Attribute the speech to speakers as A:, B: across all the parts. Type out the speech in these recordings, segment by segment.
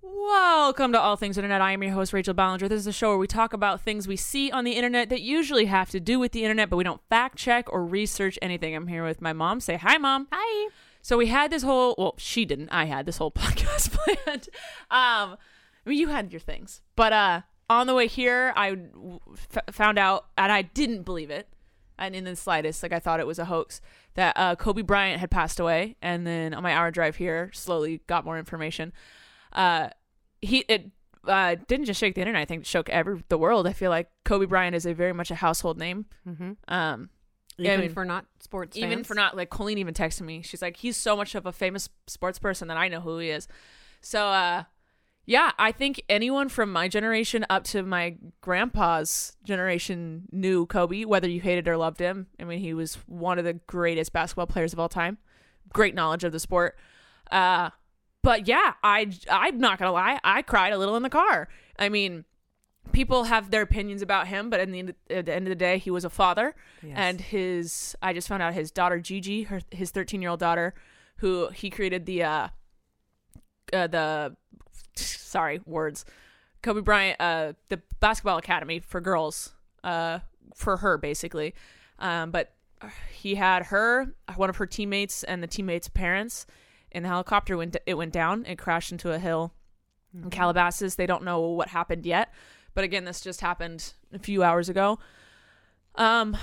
A: Welcome to All Things Internet. I am your host, Rachel Bollinger. This is a show where we talk about things we see on the internet that usually have to do with the internet, but we don't fact check or research anything. I'm here with my mom. Say hi, mom.
B: Hi.
A: So we had this whole, well, she didn't. I had this whole podcast planned. Um, I mean, you had your things. But uh, on the way here, I w- f- found out, and I didn't believe it. And in the slightest, like I thought it was a hoax that uh, Kobe Bryant had passed away. And then on my hour drive here, slowly got more information. Uh, he it uh, didn't just shake the internet. I think it shook every the world. I feel like Kobe Bryant is a very much a household name.
B: Mm-hmm.
A: Um,
B: Even
A: I mean,
B: for not sports,
A: even
B: fans.
A: for not like Colleen even texted me. She's like, he's so much of a famous sports person that I know who he is. So uh, yeah, I think anyone from my generation up to my grandpa's generation knew Kobe, whether you hated or loved him. I mean, he was one of the greatest basketball players of all time. Great knowledge of the sport. Uh, but yeah, I I'm not gonna lie, I cried a little in the car. I mean, people have their opinions about him, but in the end, at the end of the day, he was a father,
B: Yes.
A: and his I just found out his daughter Gigi, her his 13 year old daughter, who he created the uh, uh the sorry words Kobe Bryant uh the basketball academy for girls uh for her basically, um but he had her one of her teammates and the teammates' parents and the helicopter went it went down it crashed into a hill in calabasas they don't know what happened yet but again this just happened a few hours ago um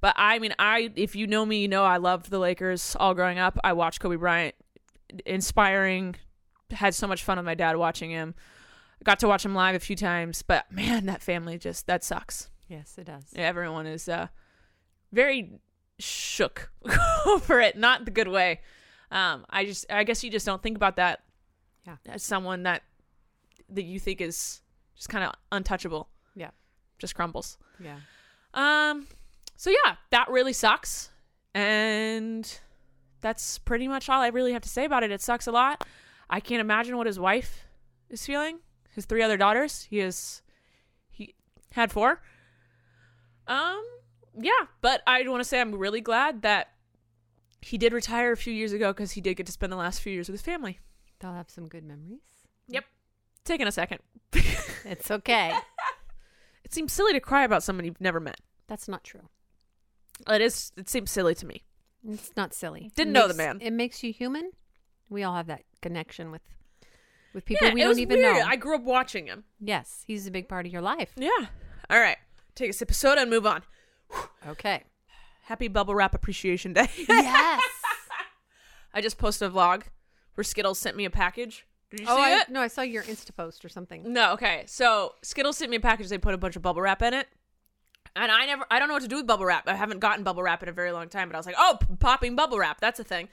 A: but i mean i if you know me you know i loved the lakers all growing up i watched kobe bryant inspiring had so much fun with my dad watching him got to watch him live a few times but man that family just that sucks
B: yes, it does.
A: everyone is uh, very shook over it, not the good way. Um, I just, I guess you just don't think about that.
B: Yeah.
A: as someone that that you think is just kind of untouchable.
B: Yeah.
A: just crumbles.
B: Yeah.
A: Um, so yeah, that really sucks, and that's pretty much all I really have to say about it. It sucks a lot. I can't imagine what his wife is feeling. His three other daughters. He is he had four. Um, yeah, but I want to say I'm really glad that he did retire a few years ago because he did get to spend the last few years with his family.
B: They'll have some good memories.
A: Taking a second.
B: It's okay.
A: It seems silly to cry about someone you've never met.
B: That's not true.
A: It is. It seems silly to me.
B: It's not silly. It
A: Didn't know the
B: makes-
A: man.
B: It makes you human. We all have that connection with with people
A: Yeah,
B: we
A: it
B: don't
A: was
B: even
A: weird.
B: know.
A: I grew up watching him.
B: yes, he's a big part of your life.
A: Yeah. All right. Take a sip of soda and move on.
B: Okay.
A: Happy Bubble Wrap Appreciation Day.
B: yes.
A: I just posted a vlog where Skittles sent me a package. Did you
B: oh,
A: see
B: I,
A: it?
B: no, I saw your Insta post or something.
A: No, okay. So Skittles sent me a package. They put a bunch of bubble wrap in it. And I never, I don't know what to do with bubble wrap. I haven't gotten bubble wrap in a very long time, but I was like, oh, p- popping bubble wrap. That's a thing.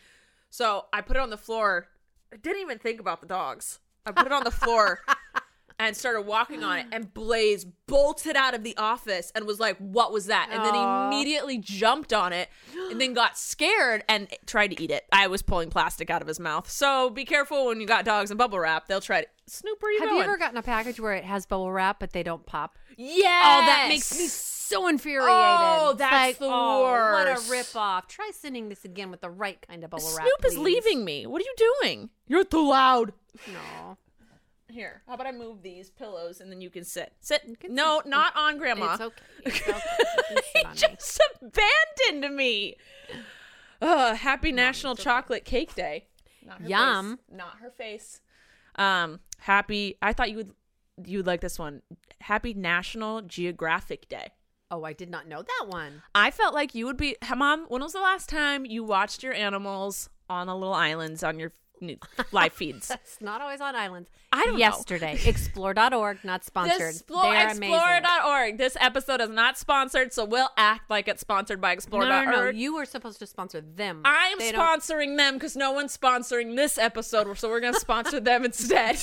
A: So I put it on the floor. I didn't even think about the dogs. I put it on the floor and started walking on it. And Blaze bolted out of the office and was like, what was that? And then
B: Aw.
A: immediately jumped on it and then got scared and tried to eat it. I was pulling plastic out of his mouth. So be careful when you got dogs and bubble wrap. They'll try to. Snoop, where you
B: Have
A: going?
B: you ever gotten a package where it has bubble wrap but they don't pop?
A: Yeah.
B: Oh, that makes me so infuriated.
A: Oh,
B: It's
A: that's
B: like,
A: the
B: oh, What
A: worst.
B: a ripoff. Try sending this again with the right kind of bubble wrap.
A: Snoop is
B: please.
A: leaving me. What are you doing? You're too loud.
B: No.
A: Here, how about I move these pillows and then you can sit. Sit.
B: can
A: no,
B: sit.
A: not on Grandma.
B: It's okay. It's okay. You can sit on me.
A: he just abandoned me. Ugh, happy National Chocolate Cake Day. Not her
B: Yum.
A: Face. Not her face. Um, happy. I thought you would you would like this one. Happy National Geographic Day.
B: Oh, I did not know that one.
A: I felt like you would be, Huh, Mom. When was the last time you watched your animals on the little islands on your new live feeds?
B: That's not always on islands.
A: I don't know.
B: Yesterday. Explore.org, not sponsored.
A: Explore,
B: they are amazing.
A: explore.org. This episode is not sponsored, so we'll act like it's sponsored by
B: No, no,
A: explore.org.
B: no, You were supposed to sponsor them.
A: I'm
B: They don't-
A: sponsoring them because no one's sponsoring this episode, so we're going to sponsor them instead.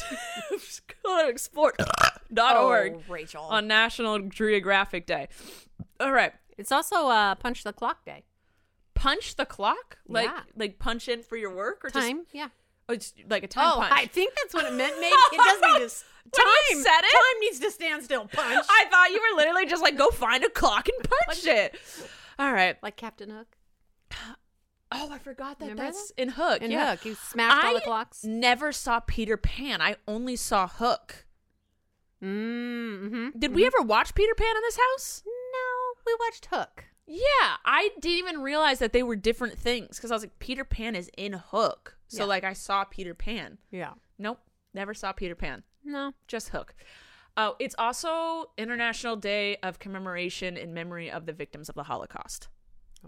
A: explore.org
B: Oh, Rachel.
A: on National Geographic Day. All right.
B: it's also uh, punch the clock day.
A: Punch the clock? Like
B: Yeah.
A: like punch in for your work or
B: Time, yeah.
A: just oh, it's like a time
B: Oh,
A: punch?
B: I think that's what it meant. Maybe it does need to s-
A: When
B: time.
A: you said it-
B: Time needs to stand still. Punch.
A: I thought you were literally just like go find a clock and punch it. All right.
B: like Captain Hook.
A: Oh, I forgot that
B: Remember
A: that's in Hook.
B: And
A: Uh, yeah.
B: Hook, you smashed all the
A: I
B: clocks.
A: Never saw Peter Pan. I only saw Hook.
B: Mm-hmm.
A: Did we ever watch Peter Pan in this house?
B: No, we watched Hook.
A: Yeah, I didn't even realize that they were different things because I was like, Peter Pan is in Hook. So,
B: Yeah.
A: like, I saw Peter Pan.
B: Yeah.
A: Nope, never saw Peter Pan,
B: No.
A: just Hook. Oh, it's also International Day of Commemoration in Memory of the Victims of the Holocaust.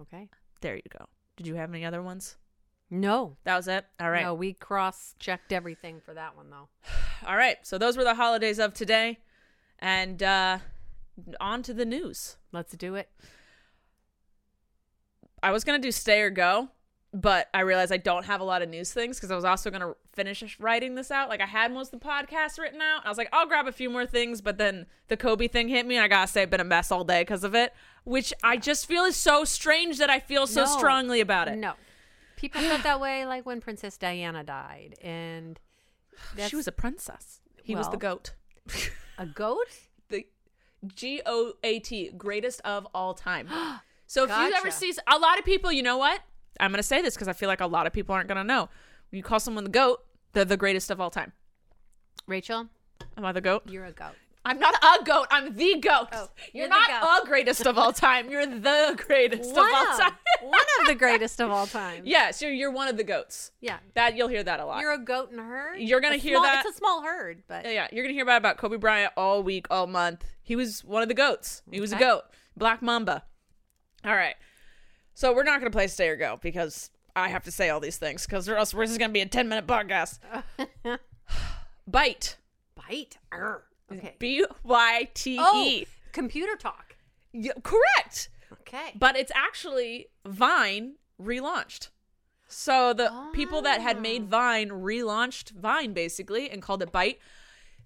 B: Okay.
A: There you go. Did you have any other ones?
B: No.
A: That was it? All right.
B: No, we cross checked everything for that one though.
A: All right. So, those were the holidays of today. And uh, on to the news.
B: Let's do it.
A: I was gonna do stay or go, but I realized I don't have a lot of news things because I was also gonna finish writing this out. Like I had most of the podcast written out. I was like, I'll grab a few more things, but then the Kobe thing hit me, and I gotta say, I've been a mess all day because of it, which I just feel is so strange that I feel so
B: No.
A: strongly about it.
B: No. People felt that way like when Princess Diana died and
A: she was a princess. He was the
B: Well.
A: goat.
B: a goat?
A: the G O A T, greatest of all time. So if you ever
B: Gotcha.
A: see a lot of people, you know what? I'm going to say this because I feel like a lot of people aren't going to know. When you call someone the goat, they're the greatest of all time.
B: Rachel,
A: Am I the goat?
B: you're a goat.
A: I'm not a goat. I'm the goat.
B: Oh,
A: you're,
B: you're the
A: not
B: goat.
A: a greatest of all time. You're the greatest of all time.
B: one of the greatest of all time.
A: yeah, so you're one of the goats.
B: Yeah.
A: That you'll hear that a lot.
B: You're a goat in a herd.
A: You're gonna
B: A
A: hear
B: small-
A: that-
B: It's a small herd, but
A: Yeah, yeah, you're gonna hear about about Kobe Bryant all week, all month. He was one of the goats. He was a
B: Okay.
A: goat, Black Mamba. All right, so we're not gonna play stay or go because I have to say all these things because or else this is gonna be a ten minute podcast. Bite,
B: bite. Arr. Okay.
A: B Y T
B: oh,
A: E.
B: computer talk.
A: Yeah, Correct,
B: Okay.
A: but it's actually Vine relaunched. So the people that had made Vine relaunched Vine basically and called it Bite.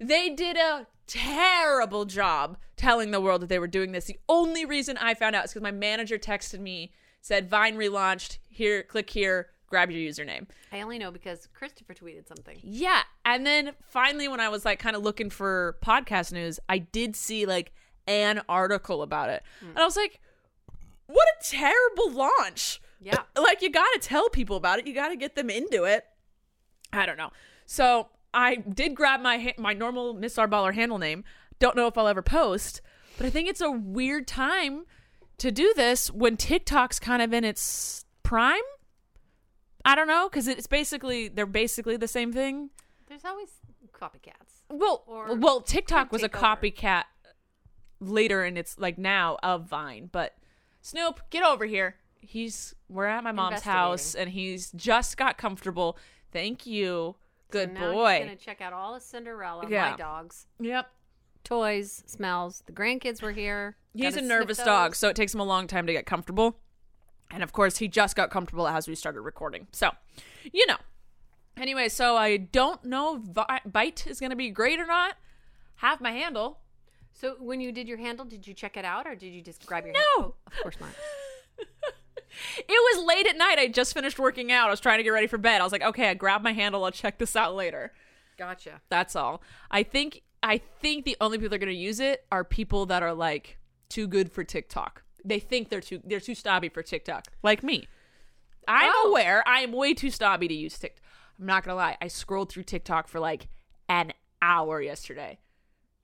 A: They did a terrible job telling the world that they were doing this. The only reason I found out is because my manager texted me, said Vine relaunched. Here, click here, grab your username.
B: I only know because Christopher tweeted something.
A: Yeah. And then finally, when I was like kind of looking for podcast news, I did see like an article about it. And I was like, what a terrible launch.
B: Yeah.
A: Like, you got to tell people about it, you got to get them into it. I don't know. So I did grab my ha- my normal Miss Arballer handle name. Don't know if I'll ever post, but I think it's a weird time to do this when TikTok's kind of in its prime. I don't know because it's basically they're basically the same thing.
B: There's always copycats.
A: Well,
B: Or
A: well, TikTok was a
B: take over.
A: copycat later in its like now of Vine, but Snoop, get over here. He's we're at my mom's house and he's just got comfortable. Thank you, good
B: so now
A: boy.
B: I'm gonna check out all of Cinderella,
A: Yeah.
B: my dogs,
A: Yep.
B: toys, smells. The grandkids were here.
A: He's
B: Gotta
A: a
B: sniff
A: nervous dog,
B: those.
A: so it takes him a long time to get comfortable. And of course, he just got comfortable as we started recording. So, you know. Anyway, so I don't know if Vi- Bite is going to be great or not. Have my handle.
B: So when you did your handle, did you check it out or did you just grab your
A: No.
B: hand- Oh, of course not.
A: It was late at night. I just finished working out. I was trying to get ready for bed. I was like, okay, I grabbed my handle. I'll check this out later.
B: Gotcha.
A: That's all. I think I think the only people that are going to use it are people that are like too good for TikTok. They think they're too they're too snobby for TikTok, like me. I'm
B: Oh.
A: aware I am way too snobby to use TikTok. I'm not gonna lie. I scrolled through TikTok for like an hour yesterday,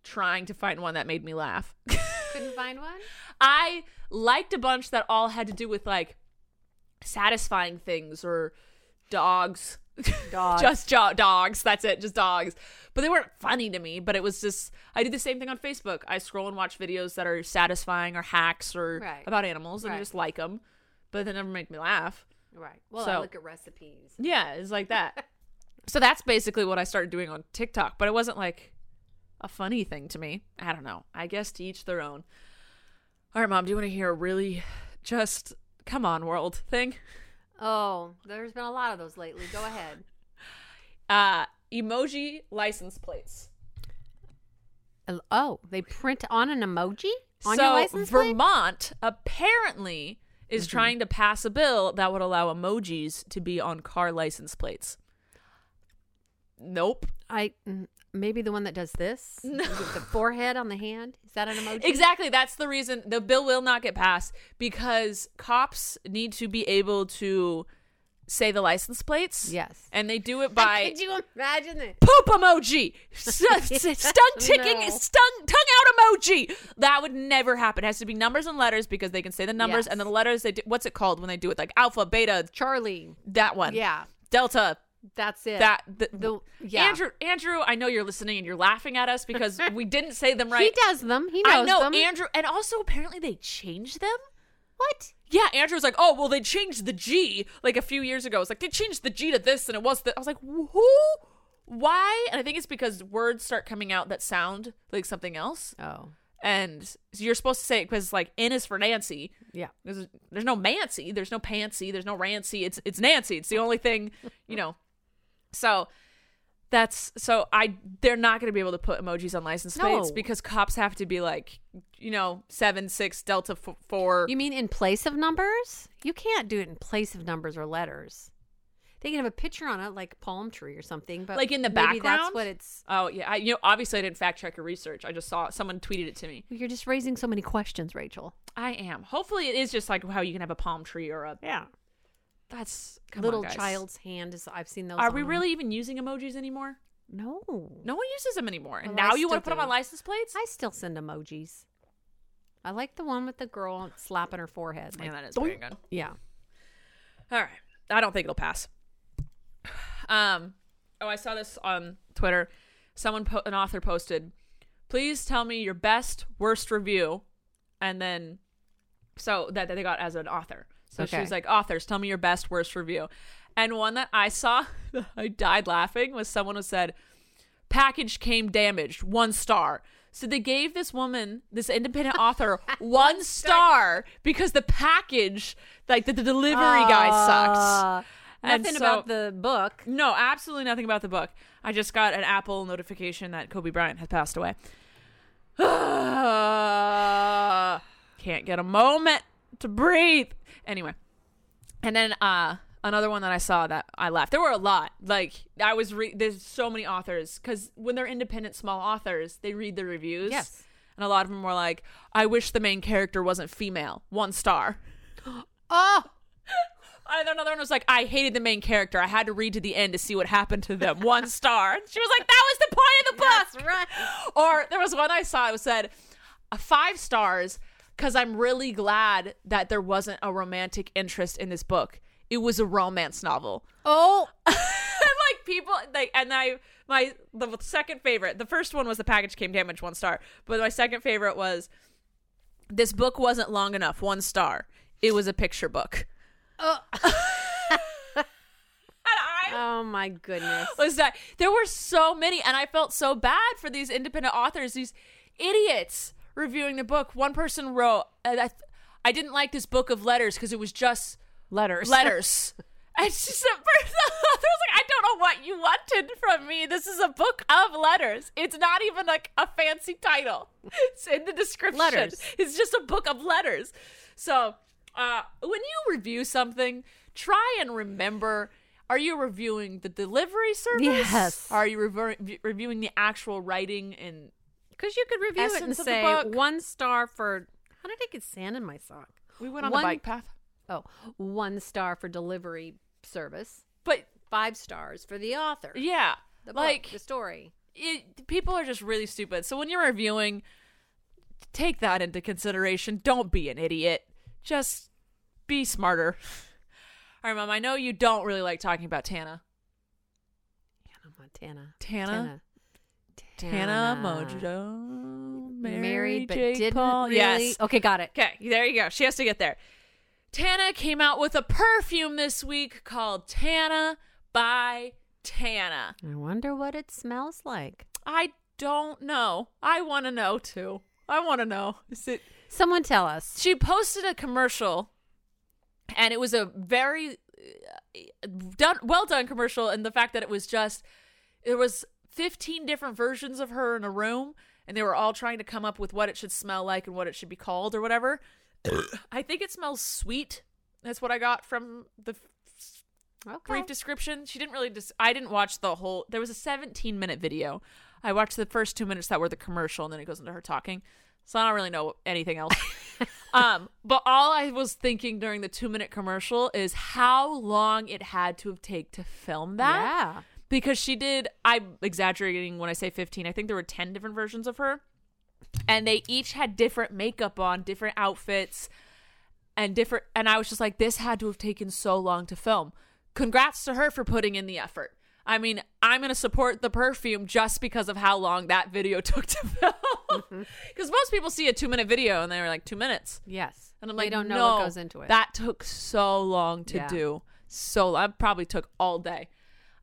A: trying to find one that made me laugh.
B: Couldn't find one.
A: I liked a bunch that all had to do with like satisfying things or dogs.
B: Dogs.
A: just jo- dogs. That's it. Just dogs. But they weren't funny to me. But it was just I do the same thing on Facebook. I scroll and watch videos that are satisfying or hacks or
B: Right.
A: about animals, and I
B: Right.
A: just like them. But they never make me laugh.
B: Right. Well, I
A: So-
B: look at recipes.
A: Yeah, it's like that. so that's basically what I started doing on TikTok, but it wasn't like a funny thing to me. I don't know. I guess to each their own. All right, mom, do you want to hear a really just come on world thing?
B: Oh, there's been a lot of those lately. Go ahead.
A: Uh emoji license plates.
B: El- Oh, they print on an emoji on
A: so
B: your license plate. Mm-hmm.
A: Vermont apparently is trying to pass a bill that would allow emojis to be on car license plates. Nope.
B: I mm, maybe the one that does this, Is it the forehead on the hand. Is that an emoji?
A: Exactly. That's the reason the bill will not get passed because cops need to be able to say the license plates.
B: Yes.
A: And they do it by
B: Could you imagine it?
A: poop emoji, stun ticking,
B: No.
A: stun tongue out emoji. That would never happen. It has to be numbers and letters because they can say the numbers
B: Yes.
A: and then the letters. They do, what's it called when they do it like alpha, beta,
B: Charlie.
A: that one,
B: Yeah,
A: delta.
B: that's it.
A: That the,
B: The- yeah.
A: Andrew, Andrew, I know you're listening and you're laughing at us because we didn't say them right.
B: he does them. He knows
A: I know
B: them.
A: Andrew, and also apparently they changed them.
B: what?
A: Yeah, Andrew was like, "Oh, well, they changed the G like a few years ago. It's like they changed the G to this, and it was the." I was like, "Who? Why?" And I think it's because words start coming out that sound like something else,
B: Oh,
A: and you're supposed to say it because like N is for Nancy.
B: yeah.
A: There's, there's no Mancy. There's no Pansy. There's no Rancy. It's it's Nancy. It's the only thing, you know. So that's so I they're not going to be able to put emojis on license plates
B: No.
A: because cops have to be like, you know, seven six delta f- four.
B: You mean in place of numbers? You can't do it in place of numbers or letters. They can have a picture on it, like palm tree or something, but
A: Like in the
B: maybe
A: background?
B: That's what it's.
A: Oh yeah, I, you know, obviously I didn't fact check or research. I just saw someone tweeted it to me.
B: You're just raising so many questions, Rachel.
A: I am. Hopefully, it is just like how you can have a palm tree or a
B: Yeah,
A: that's come on,
B: little
A: guys.
B: child's hand is. I've seen those.
A: Are
B: on
A: we
B: them.
A: really even using emojis anymore?
B: No.
A: No one uses them anymore, and
B: Well, I
A: now you want to put
B: still
A: them on
B: do.
A: license plates?
B: I still send emojis. I like the one with the girl slapping her forehead.
A: Man,
B: like,
A: that is pretty
B: "Doink."
A: good.
B: Yeah.
A: All right. I don't think it'll pass. Um, oh, I saw this on Twitter. Someone, po- an author posted, please tell me your best, worst review. And then, so that, that they got as an author. So she
B: Okay.
A: was like, authors, tell me your best, worst review. And one that I saw, I died laughing, was someone who said, package came damaged, one star. So they gave this woman, this independent author, one star because the package, like the, the delivery guy sucked.
B: Uh,
A: And
B: nothing
A: so-
B: about the book.
A: No, absolutely nothing about the book. I just got an Apple notification that Kobe Bryant has passed away. Can't get a moment to breathe. Anyway, and then uh another one that I saw that I laughed. There were a lot. Like I was re- there's so many authors because when they're independent small authors, they read the reviews.
B: Yes.
A: And a lot of them were like, "I wish the main character wasn't female." One star.
B: Oh,
A: And then another one was like, I hated the main character. I had to read to the end to see what happened to them. One star. And she was like, that was the point of the book.
B: that's right.
A: Or there was one I saw that said, "Uh, five stars, because I'm really glad that there wasn't a romantic interest in this book. It was a romance novel.
B: Oh,
A: and like people like and I my the second favorite the first one was the package came damaged one star but my second favorite was this book wasn't long enough one star it was a picture book
B: Oh.
A: and I
B: oh my goodness.
A: was that there were so many and I felt so bad for these independent authors these idiots reviewing the book one person wrote I, I- I didn't like this book of letters because it was just
B: Letters.
A: letters. And she said, first the author was like, I don't know what you wanted from me. This is a book of letters. It's not even like a fancy title. It's in the description.
B: Letters.
A: It's just a book of letters. So uh, when you review something, try and remember. Are you reviewing the delivery service?
B: Yes.
A: Are you rever- reviewing the actual writing and
B: Because you could review it and
A: Essence of the
B: say
A: book.
B: one star for. How did I get sand in my sock?
A: we went on
B: One-
A: a bike path?
B: Oh, one star for delivery service,
A: But
B: five stars for the author,
A: yeah,
B: the book,
A: like
B: the story.
A: it, people are just really stupid. So when you're reviewing, take that into consideration. Don't be an idiot. Just be smarter. All right, mom. I know you don't really like talking about Tana.
B: Hannah Montana.
A: Tana.
B: Tana.
A: Tana Mojo. Married,
B: Married, but
A: Jake
B: didn't
A: Paul.
B: really.
A: Yes.
B: Okay, got it.
A: Okay, there you go. She has to get there. Tana came out with a perfume this week called Tana by Tana.
B: I wonder what it smells like.
A: I don't know. I want to know too. I want to know. Is it
B: Someone tell us.
A: she posted a commercial and it was a very uh, done well done commercial and the fact that it was just there was 15 different versions of her in a room and they were all trying to come up with what it should smell like and what it should be called or whatever. I think it smells sweet. That's what I got from the f-
B: Okay.
A: brief description. She didn't really. Dis- I didn't watch the whole. There was a 17 minute video. I watched the first two minutes that were the commercial, and then it goes into her talking. So I don't really know anything else. um, but all I was thinking during the two minute commercial is how long it had to have take to film that
B: yeah.
A: because she did i'm exaggerating when i say 15 i think there were 10 different versions of her and they each had different makeup on different outfits and different and i was just like this had to have taken so long to film congrats to her for putting in the effort i mean i'm going to support the perfume just because of how long that video took to film because most people see a two minute video and they were like two minutes
B: Yes.
A: and I'm
B: They
A: like,
B: don't know
A: no,
B: what goes into it.
A: That took so long to
B: Yeah.
A: do. So long. It probably took all day.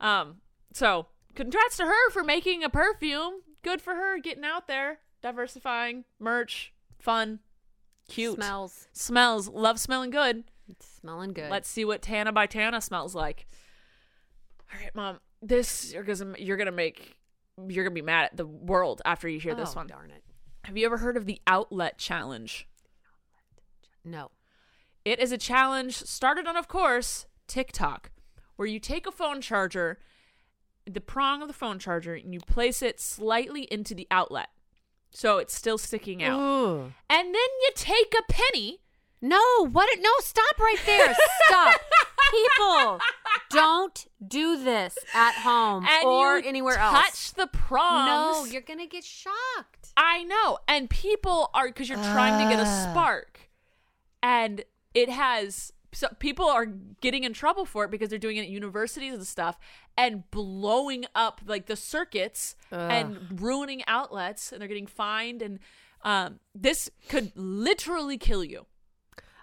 A: Um, so congrats to her for making a perfume. Good for her getting out there, diversifying, merch, fun, cute.
B: Smells.
A: Smells. Love smelling good.
B: It's smelling good.
A: Let's see what Tana by Tana smells like. All right, mom. This you're gonna you're gonna make you're gonna be mad at the world after you hear
B: Oh,
A: this one.
B: Darn it.
A: Have you ever heard of the outlet challenge?
B: No.
A: It is a challenge started on, of course, TikTok, where you take a phone charger, the prong of the phone charger, and you place it slightly into the outlet. So it's still sticking out.
B: Ooh.
A: And then you take a penny.
B: No, what? No, stop right there. Stop. People, don't do this at home
A: And
B: Um, or
A: you
B: anywhere
A: touch
B: else.
A: the prongs.
B: No, you're going to get shocked.
A: I know. And people are because you're trying to get a
B: Ah.
A: spark, and it has. So people are getting in trouble for it because they're doing it at universities and stuff and blowing up like the circuits and ruining outlets and they're getting fined and um, this could literally kill you.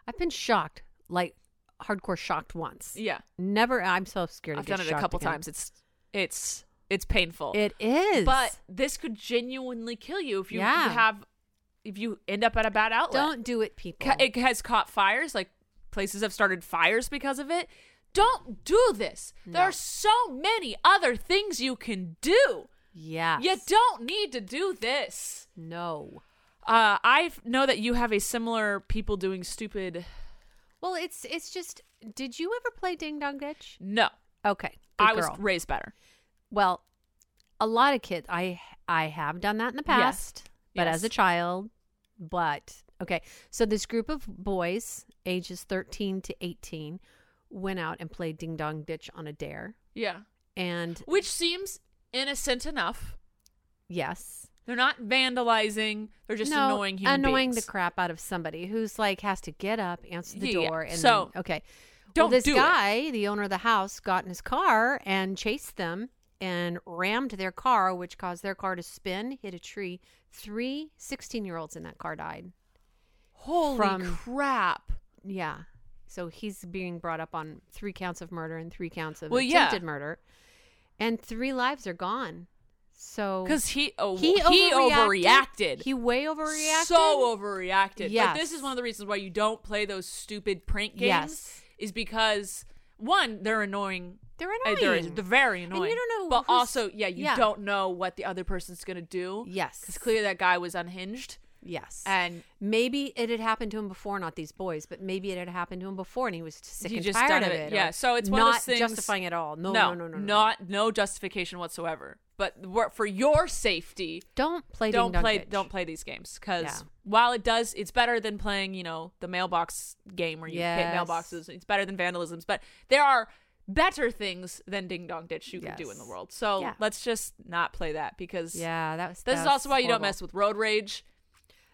B: I've been shocked, like hardcore shocked once.
A: Yeah,
B: Never. I'm so scared. to
A: I've
B: get
A: done it a
B: shocked
A: couple
B: again.
A: times. It's it's it's painful.
B: It is.
A: but this could genuinely kill you if you, you
B: Yeah.
A: have if you end up at a bad outlet.
B: don't do it, people.
A: ca- it has caught fires like places have started fires because of it don't do this there are so many other things you can do
B: yes.
A: you don't need to do this
B: No.
A: uh, i f- know that you have a similar people doing stupid
B: Well, it's it's just. Did you ever play Ding Dong Ditch?
A: no
B: Okay. Good
A: i
B: girl.
A: was raised better
B: Well, a lot of kids. I I have done that in the
A: Yes.
B: past, but
A: Yes.
B: as a child. But okay, so this group of boys, ages thirteen to eighteen, went out and played Ding Dong Ditch on a dare,
A: yeah
B: and
A: which seems innocent enough
B: yes,
A: they're not vandalizing they're just
B: No,
A: annoying human
B: annoying
A: beings.
B: the crap out of somebody who's like has to get up, answer the
A: Yeah, yeah.
B: door, and
A: So,
B: then, okay.
A: don't
B: well, this
A: do it.
B: guy, the owner of the house, got in his car and chased them and rammed their car, which caused their car to spin, hit a tree. Three 16 year olds in that car died.
A: holy
B: from-
A: crap
B: Yeah. So he's being brought up on three counts of murder and three counts of
A: Well, yeah.
B: attempted murder. And three lives are gone. So
A: because he, oh,
B: he,
A: he, overreacted
B: He way overreacted.
A: So overreacted. Like
B: Yes.
A: this is one of the reasons why you don't play those stupid prank games.
B: Yes.
A: Is because one, they're annoying.
B: They're
A: Uh, They're,
B: annoying.
A: they're very
B: And
A: annoying.
B: you don't know
A: But
B: who's-
A: also, yeah, you
B: yeah.
A: don't know what the other person's gonna do.
B: Yes.
A: It's clear that guy was unhinged,
B: Yes.
A: and
B: maybe it had happened to him before, not these boys, but maybe it had happened to him before, and he was sick
A: he
B: and
A: just
B: tired
A: done
B: of
A: it.
B: it. or
A: Yeah. So it's
B: not
A: one of those things.
B: justifying at all. No,
A: no,
B: no, no, no, no.
A: not no justification whatsoever. But wor- for your safety,
B: don't play. Ding
A: don't
B: Dong
A: play
B: Ditch.
A: don't play these games because
B: Yeah.
A: while it does it's better than playing you know the mailbox game where you hit
B: Yes.
A: mailboxes it's better than vandalisms but there are better things than ding dong ditch you can do in the
B: Yes.
A: world so
B: Yeah.
A: let's just not play that because
B: Yeah, that was.
A: this
B: that
A: is
B: was
A: also why you don't
B: horrible.
A: mess with road rage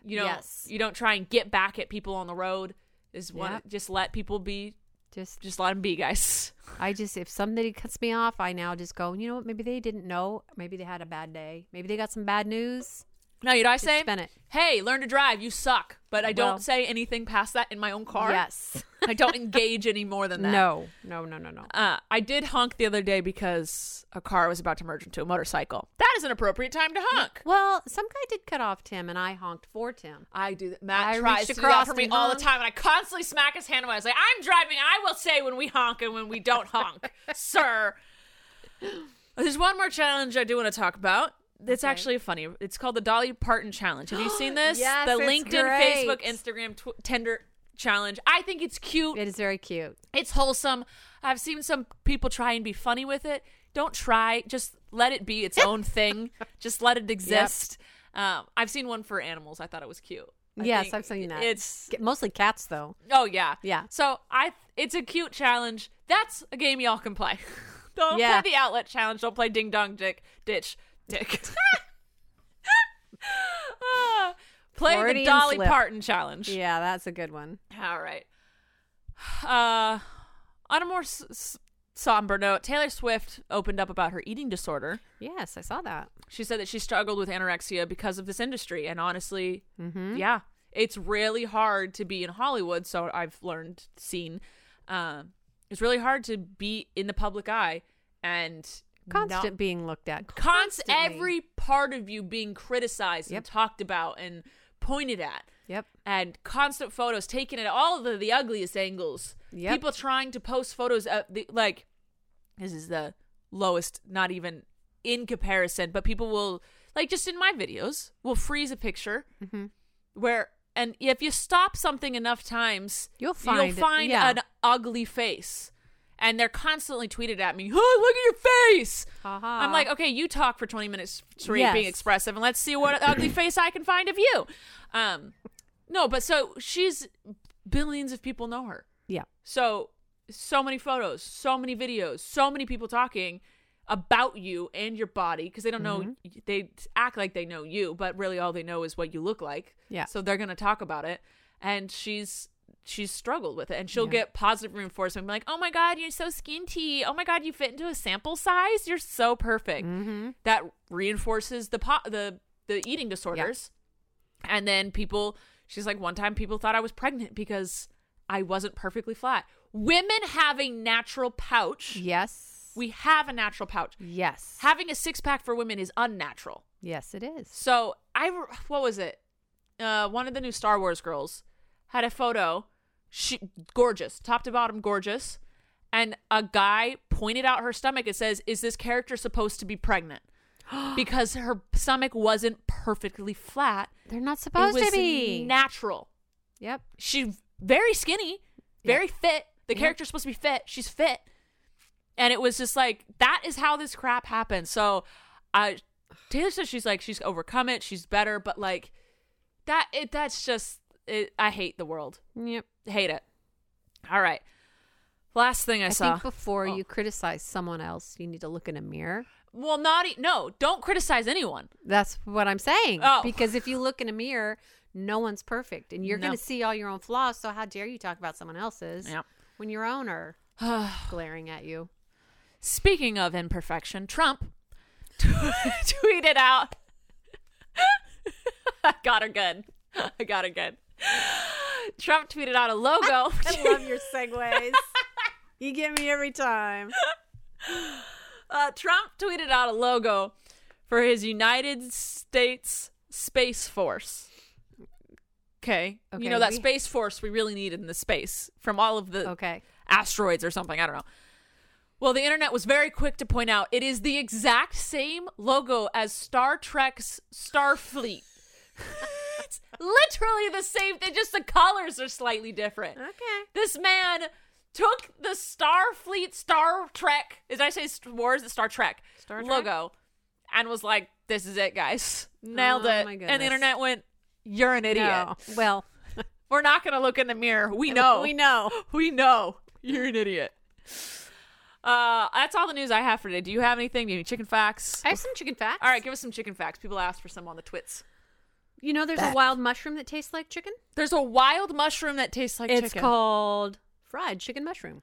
A: you know
B: Yes.
A: you don't try and get back at people on the road is one
B: Yep.
A: just let people be
B: Just,
A: just let them be guys
B: I just if somebody cuts me off, I now just go. You know what? Maybe they didn't know. Maybe they had a bad day. Maybe they got some bad news.
A: no you know what i say
B: spin it.
A: hey learn to drive you suck but i don't
B: Well-
A: say anything past that in my own car
B: Yes.
A: i don't engage any more than that
B: no. No. No. No. No.
A: Uh, I did honk the other day because a car was about to merge into a motorcycle. That is an appropriate time to honk.
B: Well, some guy did cut off Tim, and I honked for Tim.
A: I do that. Matt
B: I
A: tries
B: reached
A: to do that
B: across
A: for me
B: and
A: all the
B: honked.
A: time, and I constantly smack his hand away. I was like, "I'm driving. I will say when we honk and when we don't honk, sir." There's one more challenge I do want to talk about. It's
B: Okay.
A: actually funny. It's called the Dolly Parton Challenge. Have you seen this?
B: Yes,
A: the
B: it's
A: LinkedIn,
B: great.
A: Facebook, Instagram, tw- Tinder challenge. I think it's cute.
B: It is very cute.
A: It's wholesome. I've seen some people try and be funny with it. Don't try. Just let it be its own thing. Just let it exist. Um, I've seen one for animals. I thought it was cute. I
B: yes,
A: think
B: I've seen that.
A: It's
B: mostly cats though.
A: oh yeah
B: Yeah.
A: So I it's a cute challenge. That's a game y'all can play. don't
B: Yeah.
A: play the outlet challenge. Don't play ding dong dick ditch dick. Ah, play
B: Freudian
A: the Dolly
B: slip.
A: Parton challenge.
B: Yeah, that's a good one.
A: All right. Uh, on a more s- s- somber note, Taylor Swift opened up about her eating disorder.
B: Yes, I saw that.
A: She said that she struggled with anorexia because of this industry, and honestly,
B: Mm-hmm.
A: yeah, it's really hard to be in Hollywood. So I've learned, seen, um, it's really hard to be in the public eye and not-
B: Constant being looked at.
A: Const-
B: Constantly.
A: every part of you being criticized
B: Yep.
A: and talked about and pointed at
B: Yep.
A: and constant photos taken at all the, the ugliest angles.
B: Yep.
A: People trying to post photos of the like this is the lowest, not even in comparison, but people will like just in my videos will freeze a picture
B: Mm-hmm.
A: where and if you stop something enough times,
B: You'll find- yeah.
A: an ugly face. And they're constantly tweeted at me, oh, look at your face.
B: Haha.
A: I'm like, okay, you talk for 20 minutes straight
B: Yes.
A: being expressive, and let's see what ugly face I can find of you. Um, no, but so she's billions of people know her.
B: Yeah.
A: So, so many photos, so many videos, so many people talking about you and your body because they don't
B: Mm-hmm.
A: know, they act like they know you, but really all they know is what you look like.
B: Yeah.
A: So they're going to talk about it. And she's, she's struggled with it and she'll
B: Yeah.
A: get positive reinforcement be like oh my god you're so skinty oh my god you fit into a sample size you're so perfect
B: mm-hmm.
A: that reinforces the po- the the eating disorders and then people she's like one time people thought i was pregnant because i wasn't perfectly flat women have a natural pouch
B: Yes.
A: we have a natural pouch
B: yes.
A: having a six-pack for women is unnatural
B: yes, it is.
A: so I, re- what was it? Uh, one of the new Star Wars girls had a photo. She gorgeous, top to bottom, gorgeous. And a guy pointed out her stomach. It says, "Is this character supposed to be pregnant?" because her stomach wasn't perfectly flat.
B: They're not supposed
A: it was
B: to be.
A: natural.
B: yep.
A: She's very skinny, very fit. The
B: Yeah.
A: character's supposed to be fit. She's fit. And it was just like that is how this crap happens. So I Taylor says she's like she's overcome it, she's better, but like that it that's just it, I hate the world.
B: Yep.
A: Hate it. All right. Last thing I,
B: I
A: saw.
B: think before
A: Oh.
B: you criticize someone else, you need to look in a mirror.
A: well, naughty. No, don't criticize anyone.
B: That's what I'm saying.
A: Oh.
B: Because if you look in a mirror, no one's perfect and you're
A: No.
B: going to see all your own flaws. So, how dare you talk about someone else's
A: Yep.
B: when your own are glaring at you?
A: Speaking of imperfection, Trump tweeted out. I got her good. I got her good. Trump tweeted out a logo.
B: love your segues. you get me every time.
A: uh, Trump tweeted out a logo for his United States Space Force. Okay.
B: Okay,
A: you know that
B: we-
A: Space Force we really needed in the space from all of the
B: Okay.
A: asteroids or something. I don't know. Well, the internet was very quick to point out it is the exact same logo as Star Trek's Starfleet. it's literally the same thing, just the colors are slightly different.
B: Okay.
A: This man took the Starfleet Star Trek, did I say Star Wars? It's Star Trek
B: Star Trek?
A: logo and was like, this is it, guys. Nailed
B: Oh,
A: it.
B: my
A: and
B: goodness.
A: the internet went, you're an idiot.
B: No. Well,
A: We're not going to look in the mirror. We know.
B: we know.
A: We know you're an idiot. Uh, that's all the news I have for today. Do you have anything? Do you have any chicken facts?
B: I have some chicken facts.
A: all right, give us some chicken facts. People asked for some on the twits.
B: You know, there's a wild mushroom that tastes like chicken.
A: There's a wild mushroom that tastes like
B: it's
A: chicken.
B: called fried chicken mushroom.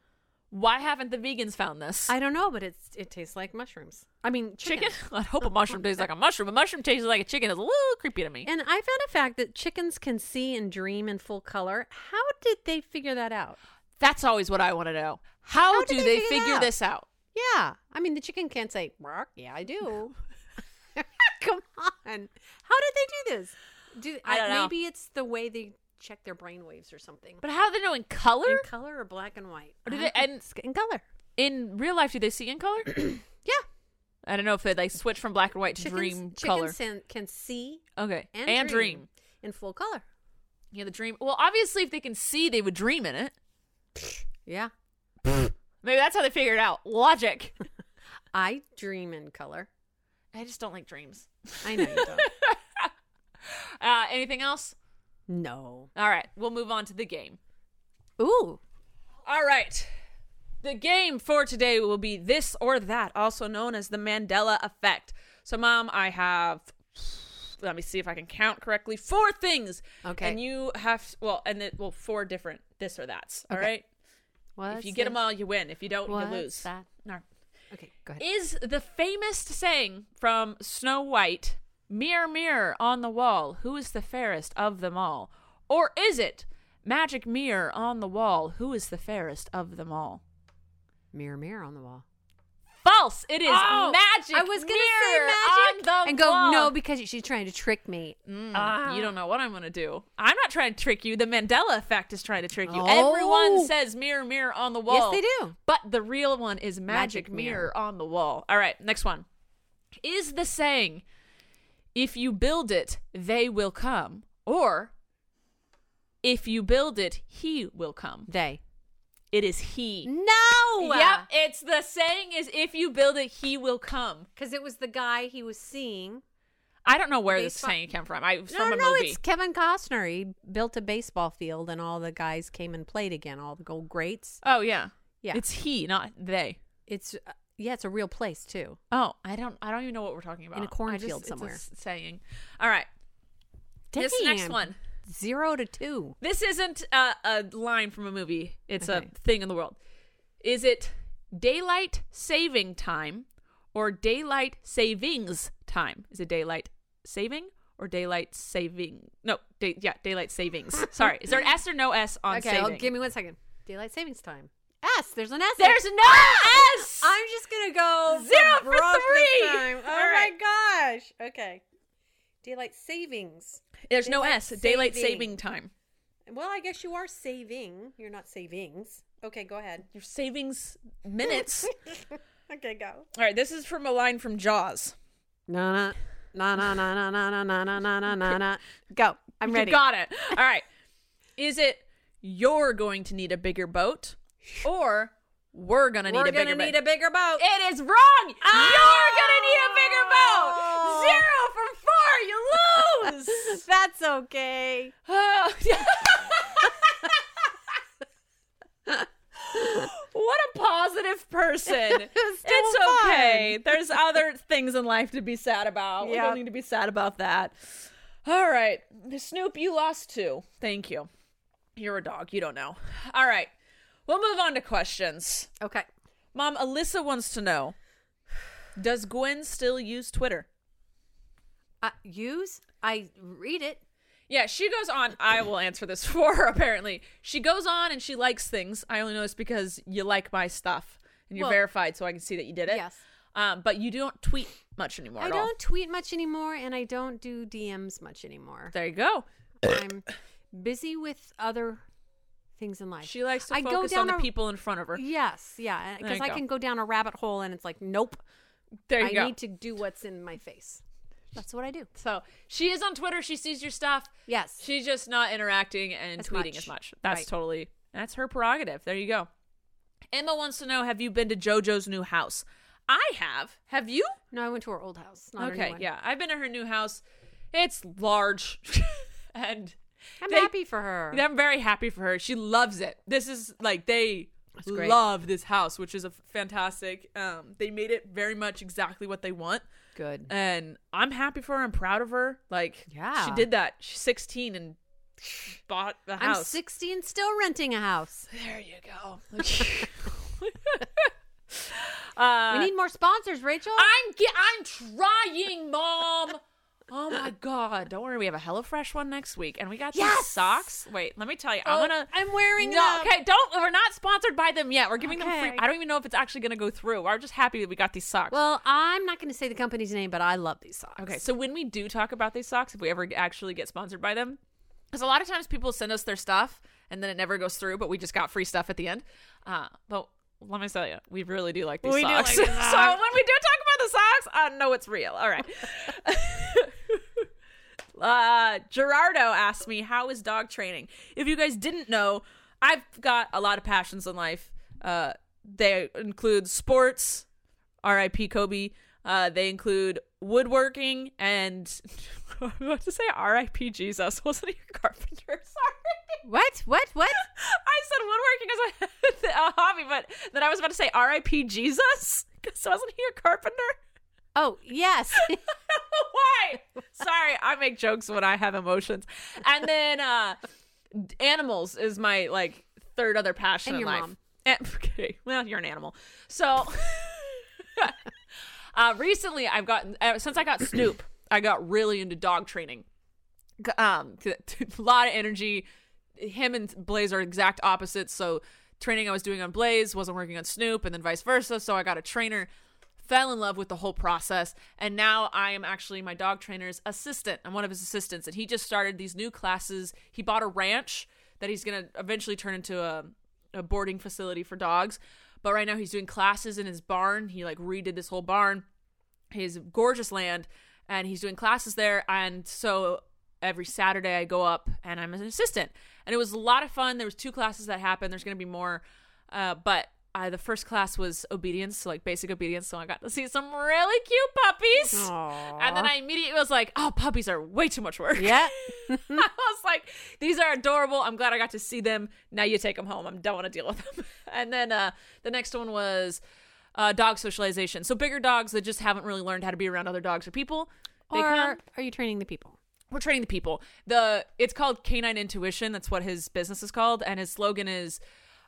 A: Why haven't the vegans found this?
B: I don't know, but it's it tastes like mushrooms. I mean,
A: chicken? I hope a mushroom tastes like a mushroom. A mushroom tastes like a chicken is a little creepy to me.
B: And I found a fact that chickens can see and dream in full color. How did they figure that out?
A: That's always what I want to know. How,
B: How
A: do
B: did
A: they,
B: they figure
A: figure
B: that out?
A: this out?
B: Yeah, I mean, the chicken can't say "rock." Yeah, I do. Come on, how did they do this? Do
A: I don't know.
B: Maybe it's the way they check their brain waves or something.
A: But how do they know in color?
B: in color or black and white?
A: Or do they- and-
B: It's in color?
A: in real life, do they see in color?
B: Yeah,
A: I don't know if they like switch from black and white to
B: Chickens,
A: dream
B: chickens
A: color.
B: Can, can see
A: Okay,
B: and,
A: dream.
B: in full color.
A: Yeah, the dream. Well, obviously, if they can see, they would dream in it.
B: Yeah,
A: Maybe that's how they figured it out. Logic.
B: I dream in color.
A: I just don't like dreams.
B: I know you don't.
A: Uh, anything else?
B: no.
A: All right, we'll move on to the game.
B: Ooh.
A: All right. The game for today will be this or that, also known as the Mandela effect. So, Mom, I have. Let me see if I can count correctly. Four things.
B: Okay.
A: And you have well, and then well, four different this or that's. All
B: Okay.
A: right.
B: What's
A: If you get them
B: this?
A: all, you win. If you don't,
B: What's
A: you lose.
B: that?
A: All right.
B: Okay, go ahead.
A: Is the famous saying from Snow White, Mirror, mirror on the wall, who is the fairest of them all? Or is it, Magic mirror on the wall, who is the fairest of them all?
B: mirror, mirror on the wall.
A: False! It is
B: Oh,
A: magic.
B: I was gonna
A: mirror
B: say magic
A: on the
B: and go
A: wall.
B: no ah." because she's trying to trick me.
A: Mm, you don't know what I'm gonna do. I'm not trying to trick you. The Mandela effect is trying to trick you.
B: Oh.
A: Everyone says mirror, mirror on the wall.
B: Yes, they do.
A: But the real one is magic,
B: Magic
A: mirror.
B: mirror.
A: on the wall. All right, next one. Is the saying, if you build it, they will come? Or, if you build it, he will come?
B: They.
A: It is he.
B: No.
A: Yep, it's the saying is, if you build it, he will come.
B: Because it was the guy he was seeing.
A: I don't know where
B: They
A: this
B: fi-
A: saying came from. I it's
B: No,
A: from
B: no,
A: a
B: no,
A: movie.
B: it's Kevin Costner. He built a baseball field, and all the guys came and played again. All the gold greats.
A: Oh yeah,
B: Yeah,
A: It's he, not they.
B: it's uh, yeah, it's a real place too.
A: Oh, I don't. I don't even know what we're talking about.
B: In a
A: I just-
B: cornfield
A: it's a
B: somewhere.
A: s- saying. All right. This next
B: Damn.
A: one.
B: zero to two.
A: This isn't a, a line from a movie. It's
B: Okay.
A: a thing in the world. Is it daylight saving time or daylight savings time? Is it daylight saving or daylight saving? No, day, yeah, daylight savings. Sorry, is there an S or no S on
B: okay,
A: saving?
B: hold- give me one second. Daylight savings time. S. There's an S.
A: There's no S.
B: I'm just gonna go for
A: Zero for
B: broke this
A: three!
B: time. Oh
A: All
B: my gosh. Okay. Daylight savings.
A: There's no
B: daylight
A: S. Daylight
B: saving.
A: saving time.
B: Well, I guess you are saving. You're not savings. Okay, go ahead.
A: Your savings minutes.
B: Okay, go.
A: All right, this is from a line from Jaws.
B: Na na na na na na na na na na na na na. Go. I'm ready.
A: You got it. All right. Is it you're going to need a bigger boat or we're going to need
B: We're
A: a bigger
B: gonna need
A: boat?
B: a bigger boat.
A: it is wrong. You're going to need a bigger boat.
B: Oh.
A: Zero for four. You lose.
B: That's okay.
A: Oh. what a positive person.
B: was still
A: it's okay. There's other things in life to be sad about. We
B: Yep.
A: don't need to be sad about that. All right. Snoop, you lost two. Thank you. You're a dog. You don't know. All right. We'll move on to questions.
B: Okay.
A: Mom, Alyssa wants to know Does Gwen still use Twitter?
B: Uh, use. I read it.
A: Yeah, she goes on. I will answer this for her, apparently. She goes on and she likes things. I only know this because you like my stuff and you're
B: Well-
A: verified, so I can see that you did it.
B: Yes.
A: Um, but you don't tweet much anymore
B: I
A: at all.
B: don't tweet much anymore, and I don't do DMs much anymore.
A: There you go.
B: I'm busy with other things in life.
A: She likes to
B: I
A: focus
B: go down
A: on the
B: a-
A: people in front of her.
B: Yes, yeah,
A: There
B: because
A: you
B: I
A: go.
B: can go down a rabbit hole, and it's like, nope,
A: There you
B: I
A: go.
B: need to do what's in my face. That's what I do.
A: So she is on Twitter. She sees your stuff.
B: Yes.
A: She's just not interacting and
B: As
A: tweeting
B: much.
A: as much. That's
B: Right.
A: totally that's her prerogative. There you go. Emma wants to know: Have you been to JoJo's new house? I have. Have you?
B: No, I went to her old house. Not her new
A: okay,
B: one.
A: yeah, I've been to her new house. It's large, and
B: I'm
A: they-
B: happy for her.
A: I'm very happy for her. She loves it. This is like they
B: great.
A: love this house, which is a fantastic. Um, they made it very much exactly what they want,
B: Good.
A: and I'm happy for her. I'm proud of her. Like, she
B: Yeah.
A: did that. She's 16 and bought the
B: I'm
A: house.
B: 60 and still renting a house.
A: There you go. uh,
B: we need more sponsors, Rachel.
A: I'm ge- I'm trying, mom. Oh my god! Don't worry, we have a HelloFresh one next week, and we got
B: Yes!
A: these socks. Wait, let me tell you, I'm
B: Oh,
A: gonna.
B: I'm wearing
A: uh, no,
B: them.
A: okay, don't. We're not sponsored by them yet. We're giving them free.
B: Okay.
A: I don't even know if it's actually gonna go through. We're just happy that we got these socks.
B: Well, I'm not going to say the company's name, but I love these socks.
A: okay, so when we do talk about these socks, if we ever actually get sponsored by them, because a lot of times people send us their stuff and then it never goes through, but we just got free stuff at the end. Uh, but let me tell you, we really do like these
B: We do like
A: socks.
B: the
A: so
B: socks.
A: when we do talk about the socks, I know it's real. All right. uh, Gerardo asked me, "How is dog training?" If you guys didn't know, I've got a lot of passions in life. Uh, they include sports, R.I.P. Kobe. Uh, they include woodworking and I was about to say R.I.P. Jesus. Wasn't he a carpenter? Sorry.
B: What? What? What?
A: I said woodworking as a, a hobby, but then I was about to say R.I.P. Jesus because wasn't he a carpenter?
B: Oh, yes.
A: Why? Sorry, I make jokes when I have emotions. And then uh d- animals is my like third other passion
B: And
A: in
B: your
A: life.
B: mom.
A: Eh, okay, well you're an animal, so. uh, recently, I've gotten uh, since I got Snoop, I got really into dog training. G- Um, c- a lot of energy. Him and Blaze are exact opposites, so training I was doing on Blaze wasn't working on Snoop, and then vice versa. So I got a trainer, fell in love with the whole process, and now I am actually my dog trainer's assistant. I'm one of his assistants, and he just started these new classes. He bought a ranch that he's gonna eventually turn into a a boarding facility for dogs. But right now he's doing classes in his barn. He like redid this whole barn, his gorgeous land, and he's doing classes there. And so every Saturday I go up and I'm an assistant. And it was a lot of fun. There was two classes that happened. There's gonna be more, uh, but. Uh, the first class was obedience, so like basic obedience. So I got to see some really cute puppies, and then I immediately was like, "Oh, puppies are way too much work."
B: yeah.
A: I was like, these are adorable. I'm glad I got to see them. Now you take them home. I don't want to deal with them. And then uh, the next one was uh, dog socialization. So bigger dogs that just haven't really learned how to be around other dogs or people. They
B: Or
A: come.
B: are you training the people?
A: We're training the people. The it's called Canine Intuition. That's what his business is called, and his slogan is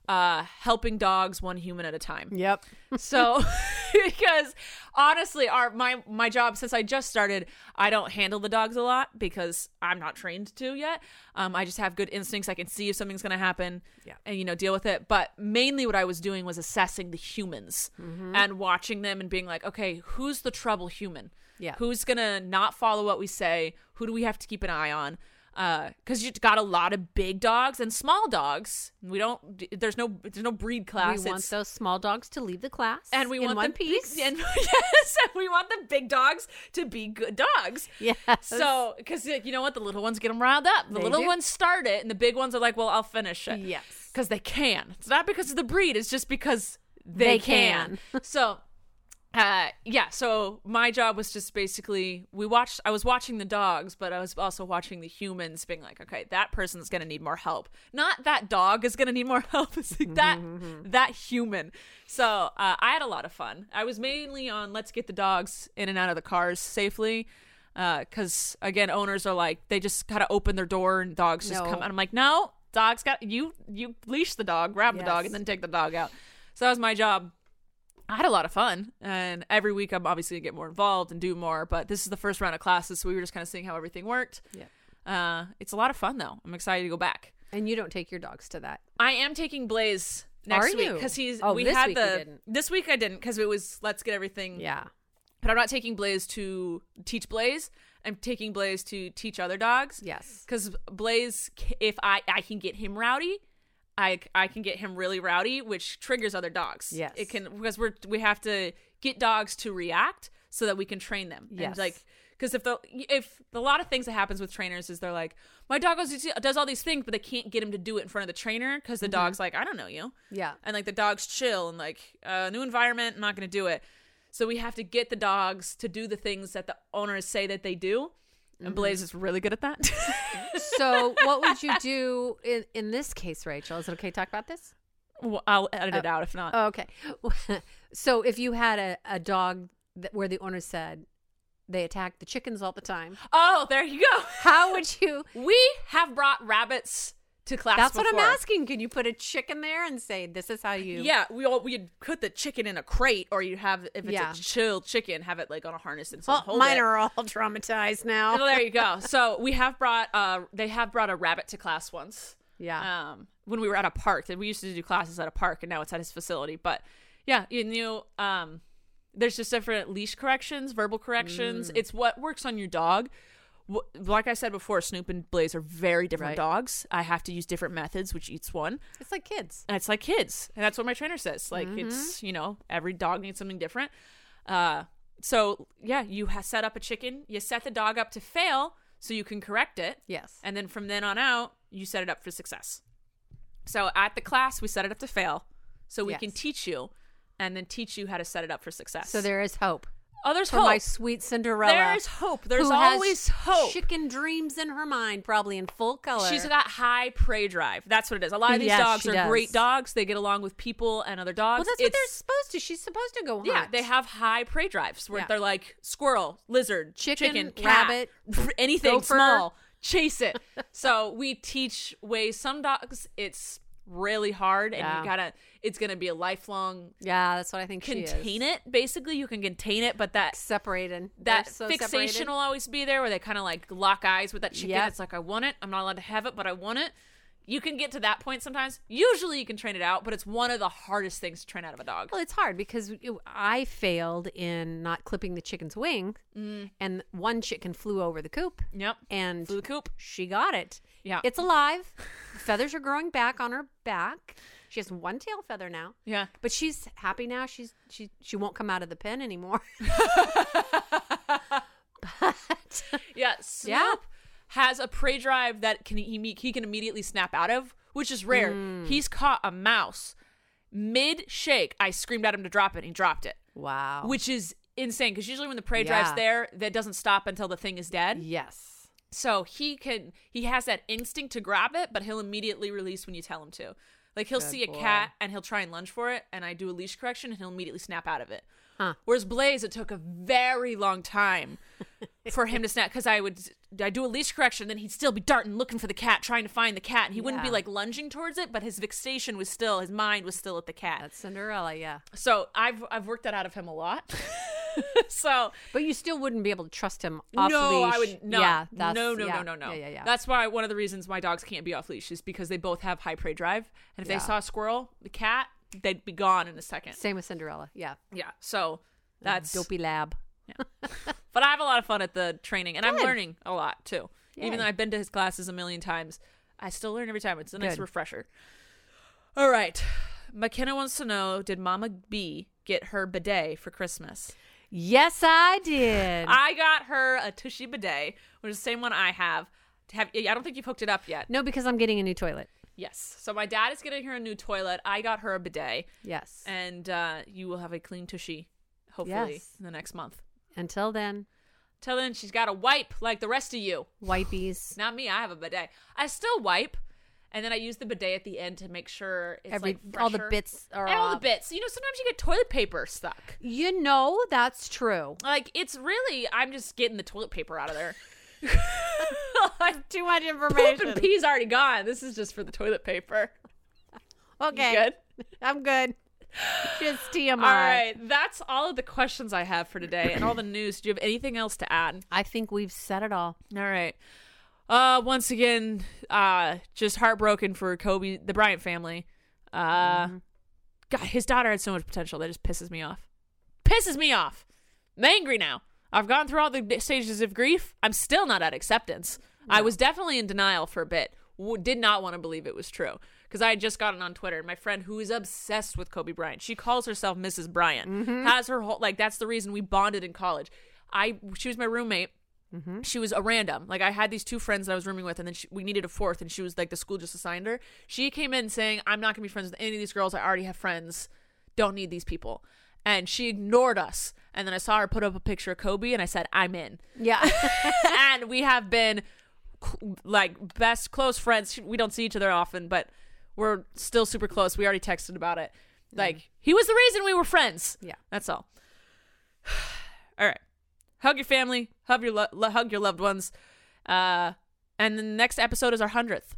A: uh, "Helping dogs one human at a time."
B: Yep.
A: So because honestly, our my my job since I just started, I don't handle the dogs a lot because I'm not trained to yet. Um, I just have good instincts. I can see if something's going to happen,
B: Yeah.
A: and you know deal with it. But mainly, what I was doing was assessing the humans
B: Mm-hmm.
A: and watching them and being like, okay, who's the trouble human?
B: Yeah.
A: who's gonna not follow what we say? Who do we have to keep an eye on? Because you got a lot of big dogs and small dogs. We don't. There's no. There's no breed class.
B: We want
A: It's-
B: those small dogs to leave the class.
A: and we
B: in
A: want
B: one
A: the big-
B: piece.
A: and yes, and we want the big dogs to be good dogs.
B: yes.
A: So, because you know what, the little ones get them riled up. The
B: They
A: little
B: do.
A: ones start it, and the big ones are like, "Well, I'll finish it."
B: Yes.
A: because they can. It's not because of the breed. It's just because they,
B: They
A: can.
B: can.
A: so, uh, yeah. So my job was just basically we watched. I was watching the dogs, but I was also watching the humans, being like, okay, that person's gonna need more help. Not that dog is gonna need more help. It's like that that human. So uh, I had a lot of fun. I was mainly on let's get the dogs in and out of the cars safely. Because again, owners are like they just gotta open their door and dogs just
B: No.
A: come. And I'm like, no, dog's got you. You leash the dog, grab the dog,
B: Yes.
A: and then take the dog out. So that was my job. I had a lot of fun, and every week I'm obviously gonna get more involved and do more. But this is the first round of classes, so we were just kind of seeing how everything worked.
B: Yep.
A: Uh, it's a lot of fun though. I'm excited to go back.
B: And you don't take your dogs to that.
A: I am taking Blaze next
B: Are
A: week
B: you?
A: because he's.
B: Oh,
A: we
B: this
A: had
B: week you
A: the
B: didn't.
A: this week I didn't because it was let's get everything.
B: Yeah.
A: But I'm not taking Blaze to teach Blaze. I'm taking Blaze to teach other dogs.
B: Yes.
A: Because Blaze, c- if I I can get him rowdy, I I can get him really rowdy, which triggers other dogs.
B: Yes.
A: It can because we're we have to get dogs to react so that we can train them. And
B: Yes.
A: like because if the if a lot of things that happens with trainers is they're like my dog goes to- does all these things but they can't get him to do it in front of the trainer because
B: Mm-hmm.
A: the dog's like I don't know you
B: Yeah.
A: and like the dogs chill and like uh, new environment i'm not gonna do it so we have to get the dogs to do the things that the owners say that they do
B: Mm-hmm.
A: and blaze is really good at that
B: So what would you do in, in this case, Rachel? Is it okay to talk about this?
A: well, i'll edit
B: Oh.
A: it out if not
B: Okay. so if you had a, a dog that, where the owner said they attack the chickens all the time,
A: oh there you go
B: how would you?
A: we have brought rabbits to class
B: That's what I'm
A: before.
B: asking. Can you put a chicken there and say, this is how you.
A: yeah we all we'd put the chicken in a crate or you have if it's
B: Yeah.
A: a chilled chicken have it like on a harness and
B: Well,
A: someone hold
B: mine
A: it.
B: are all traumatized
A: well,
B: now.
A: there you go so we have brought uh they have brought a rabbit to class once
B: Yeah.
A: um, when we were at a park. That we used to do classes at a park, and now it's at his facility. But yeah, you knew
B: Mm.
A: um, there's just different leash corrections, verbal corrections. It's what works on your dog. w- like I said before, Snoop and Blaze are very different
B: Right.
A: dogs. I have to use different methods, which each one.
B: It's like kids.
A: And it's like kids, and that's what my trainer says. Like
B: Mm-hmm.
A: it's you know every dog needs something different. Uh, so yeah, you ha- set up a chicken. You set the dog up to fail so you can correct it.
B: Yes.
A: And then from then on out, you set it up for success. So at the class, we set it up to fail so we can
B: Yes.
A: teach you and then teach you how to set it up for success.
B: so there is hope
A: oh, there's
B: for
A: hope.
B: my sweet Cinderella.
A: There's hope. There's
B: who has
A: always hope.
B: Chicken dreams in her mind, probably in full color.
A: She's got high prey drive. That's what it is. A lot of these
B: Yes,
A: dogs
B: she
A: are
B: does.
A: great dogs. They get along with people and other dogs.
B: well, that's what
A: It's-
B: they're supposed to. She's supposed to go hunt.
A: Yeah, they have high prey drives where
B: Yeah.
A: they're like squirrel, lizard,
B: Chicken,
A: chicken, cat,
B: rabbit,
A: anything
B: gopher.
A: small, chase it. so we teach ways. Some dogs, it's really hard, and
B: Yeah.
A: you gotta. It's gonna be a lifelong
B: Yeah, that's what I think.
A: contain it. Basically, you can contain it, but that
B: separated.
A: that
B: They're so
A: fixation
B: separated.
A: will always be there, where they kind of like lock eyes with that chicken.
B: Yep.
A: It's like I want it. I'm not allowed to have it, but I want it. You can get to that point sometimes. Usually, you can train it out, but it's one of the hardest things to train out of a dog.
B: Well, it's hard because you- I failed in not clipping the chicken's wing, and one chicken flew over the coop,
A: Yep.
B: and
A: Mm. Flew the coop.
B: she got it.
A: Yeah.
B: it's alive. The feathers are growing back on her back. She has one tail feather now,
A: Yeah.
B: but she's happy now. She's she she won't come out of the pen anymore. but
A: Yeah, Snoop
B: Yeah.
A: has a prey drive that can he me- he can immediately snap out of, which is rare. He's caught a mouse mid shake. I screamed at him to drop it, and he dropped it,
B: wow,
A: which is insane because usually when the prey
B: Oh. Yeah.
A: drive's there, that doesn't stop until the thing is dead.
B: yes,
A: So he can he has that instinct to grab it, but he'll immediately release when you tell him to. Like he'll
B: Good
A: see a
B: boy.
A: cat and he'll try and lunge for it, and I do a leash correction and he'll immediately snap out of it.
B: Huh.
A: Whereas Blaze, it took a very long time for him to snap because I would I do a leash correction, then he'd still be darting, looking for the cat, trying to find the cat, and he wouldn't be
B: Yeah.
A: like lunging towards it, but his fixation was still his mind was still at the cat.
B: that's Cinderella. Yeah,
A: so I've I've worked that out of him a lot. so
B: but you still wouldn't be able to trust him off
A: no,
B: leash.
A: I would not.
B: Yeah,
A: no,
B: that's,
A: no, no,
B: yeah,
A: no, no.
B: Yeah, yeah, yeah.
A: That's why one of the reasons my dogs can't be off leash is because they both have high prey drive, and if
B: Yeah.
A: they saw a squirrel, the cat, they'd be gone in a second.
B: Same Mm-hmm. with Cinderella. Yeah.
A: Yeah, so that's.
B: Dopey Lab.
A: But I have a lot of fun at the training, and I'm
B: Good.
A: learning a lot too.
B: Yay.
A: Even though I've been to his classes a million times, I still learn every time. It's a nice
B: Good.
A: refresher. All right, McKenna wants to know: Did Mama B get her bidet for Christmas?
B: Yes, I did.
A: I got her a Tushy bidet, which is the same one I have. Have I don't think you've hooked it up yet.
B: no, because I'm getting a new toilet.
A: Yes. So my dad is getting her a new toilet. I got her a bidet,
B: Yes.
A: and uh, you will have a clean tushy, hopefully,
B: Yes.
A: in the next month.
B: Until then,
A: Till then, she's got to wipe like the rest of you.
B: wipies.
A: Not me. I have a bidet. I still wipe, and then I use the bidet at the end to make sure it's
B: Every
A: like
B: all the
A: fresher.
B: bits are
A: And all the
B: off.
A: bits. You know, sometimes you get toilet paper stuck.
B: You know that's true.
A: Like it's really, I'm just getting the toilet paper out of there.
B: Too much
A: Poop and pee's already gone. This is just for the toilet paper. You
B: Okay,
A: good.
B: I'm good. Just TMI.
A: All right, that's all of the questions I have for today and all the news. Do you have anything else to add?
B: I think we've said it all.
A: All right. Uh, once again, uh, just heartbroken for Kobe, the Bryant family. Uh, God, his daughter had so much potential. That just pisses me off. Pisses me off. I'm angry now. I've gone through all the d- stages of grief. I'm still not at acceptance. I was definitely in denial for a bit. W- did not want to believe it was true because I had just gotten on Twitter and my friend who is obsessed with Kobe Bryant. She calls herself Mrs. Bryant. Has her whole like that's the reason we bonded in college. I she was my roommate she was a random. Like I had these two friends that I was rooming with, and then she, we needed a fourth, and she was like the school just assigned her. She came in saying, "I'm not gonna be friends with any of these girls. I already have friends. Don't need these people." And she ignored us. And then I saw her put up a picture of Kobe, and I said, "I'm in."
B: Yeah.
A: and we have been cl- like best close friends. We don't see each other often, but we're still super close. We already texted about it. Like he was the reason we were friends.
B: Yeah.
A: that's all. all right, hug your family, hug your lo- lo- hug your loved ones, uh, and the next episode is our hundredth.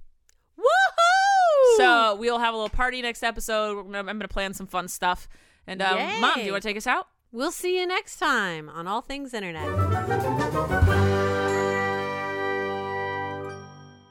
B: Woohoo!
A: So we'll have a little party next episode. We're gonna, I'm going to plan some fun stuff. And um, mom, do
B: Yay.
A: you want to take us out?
B: we'll see you next time on All Things Internet.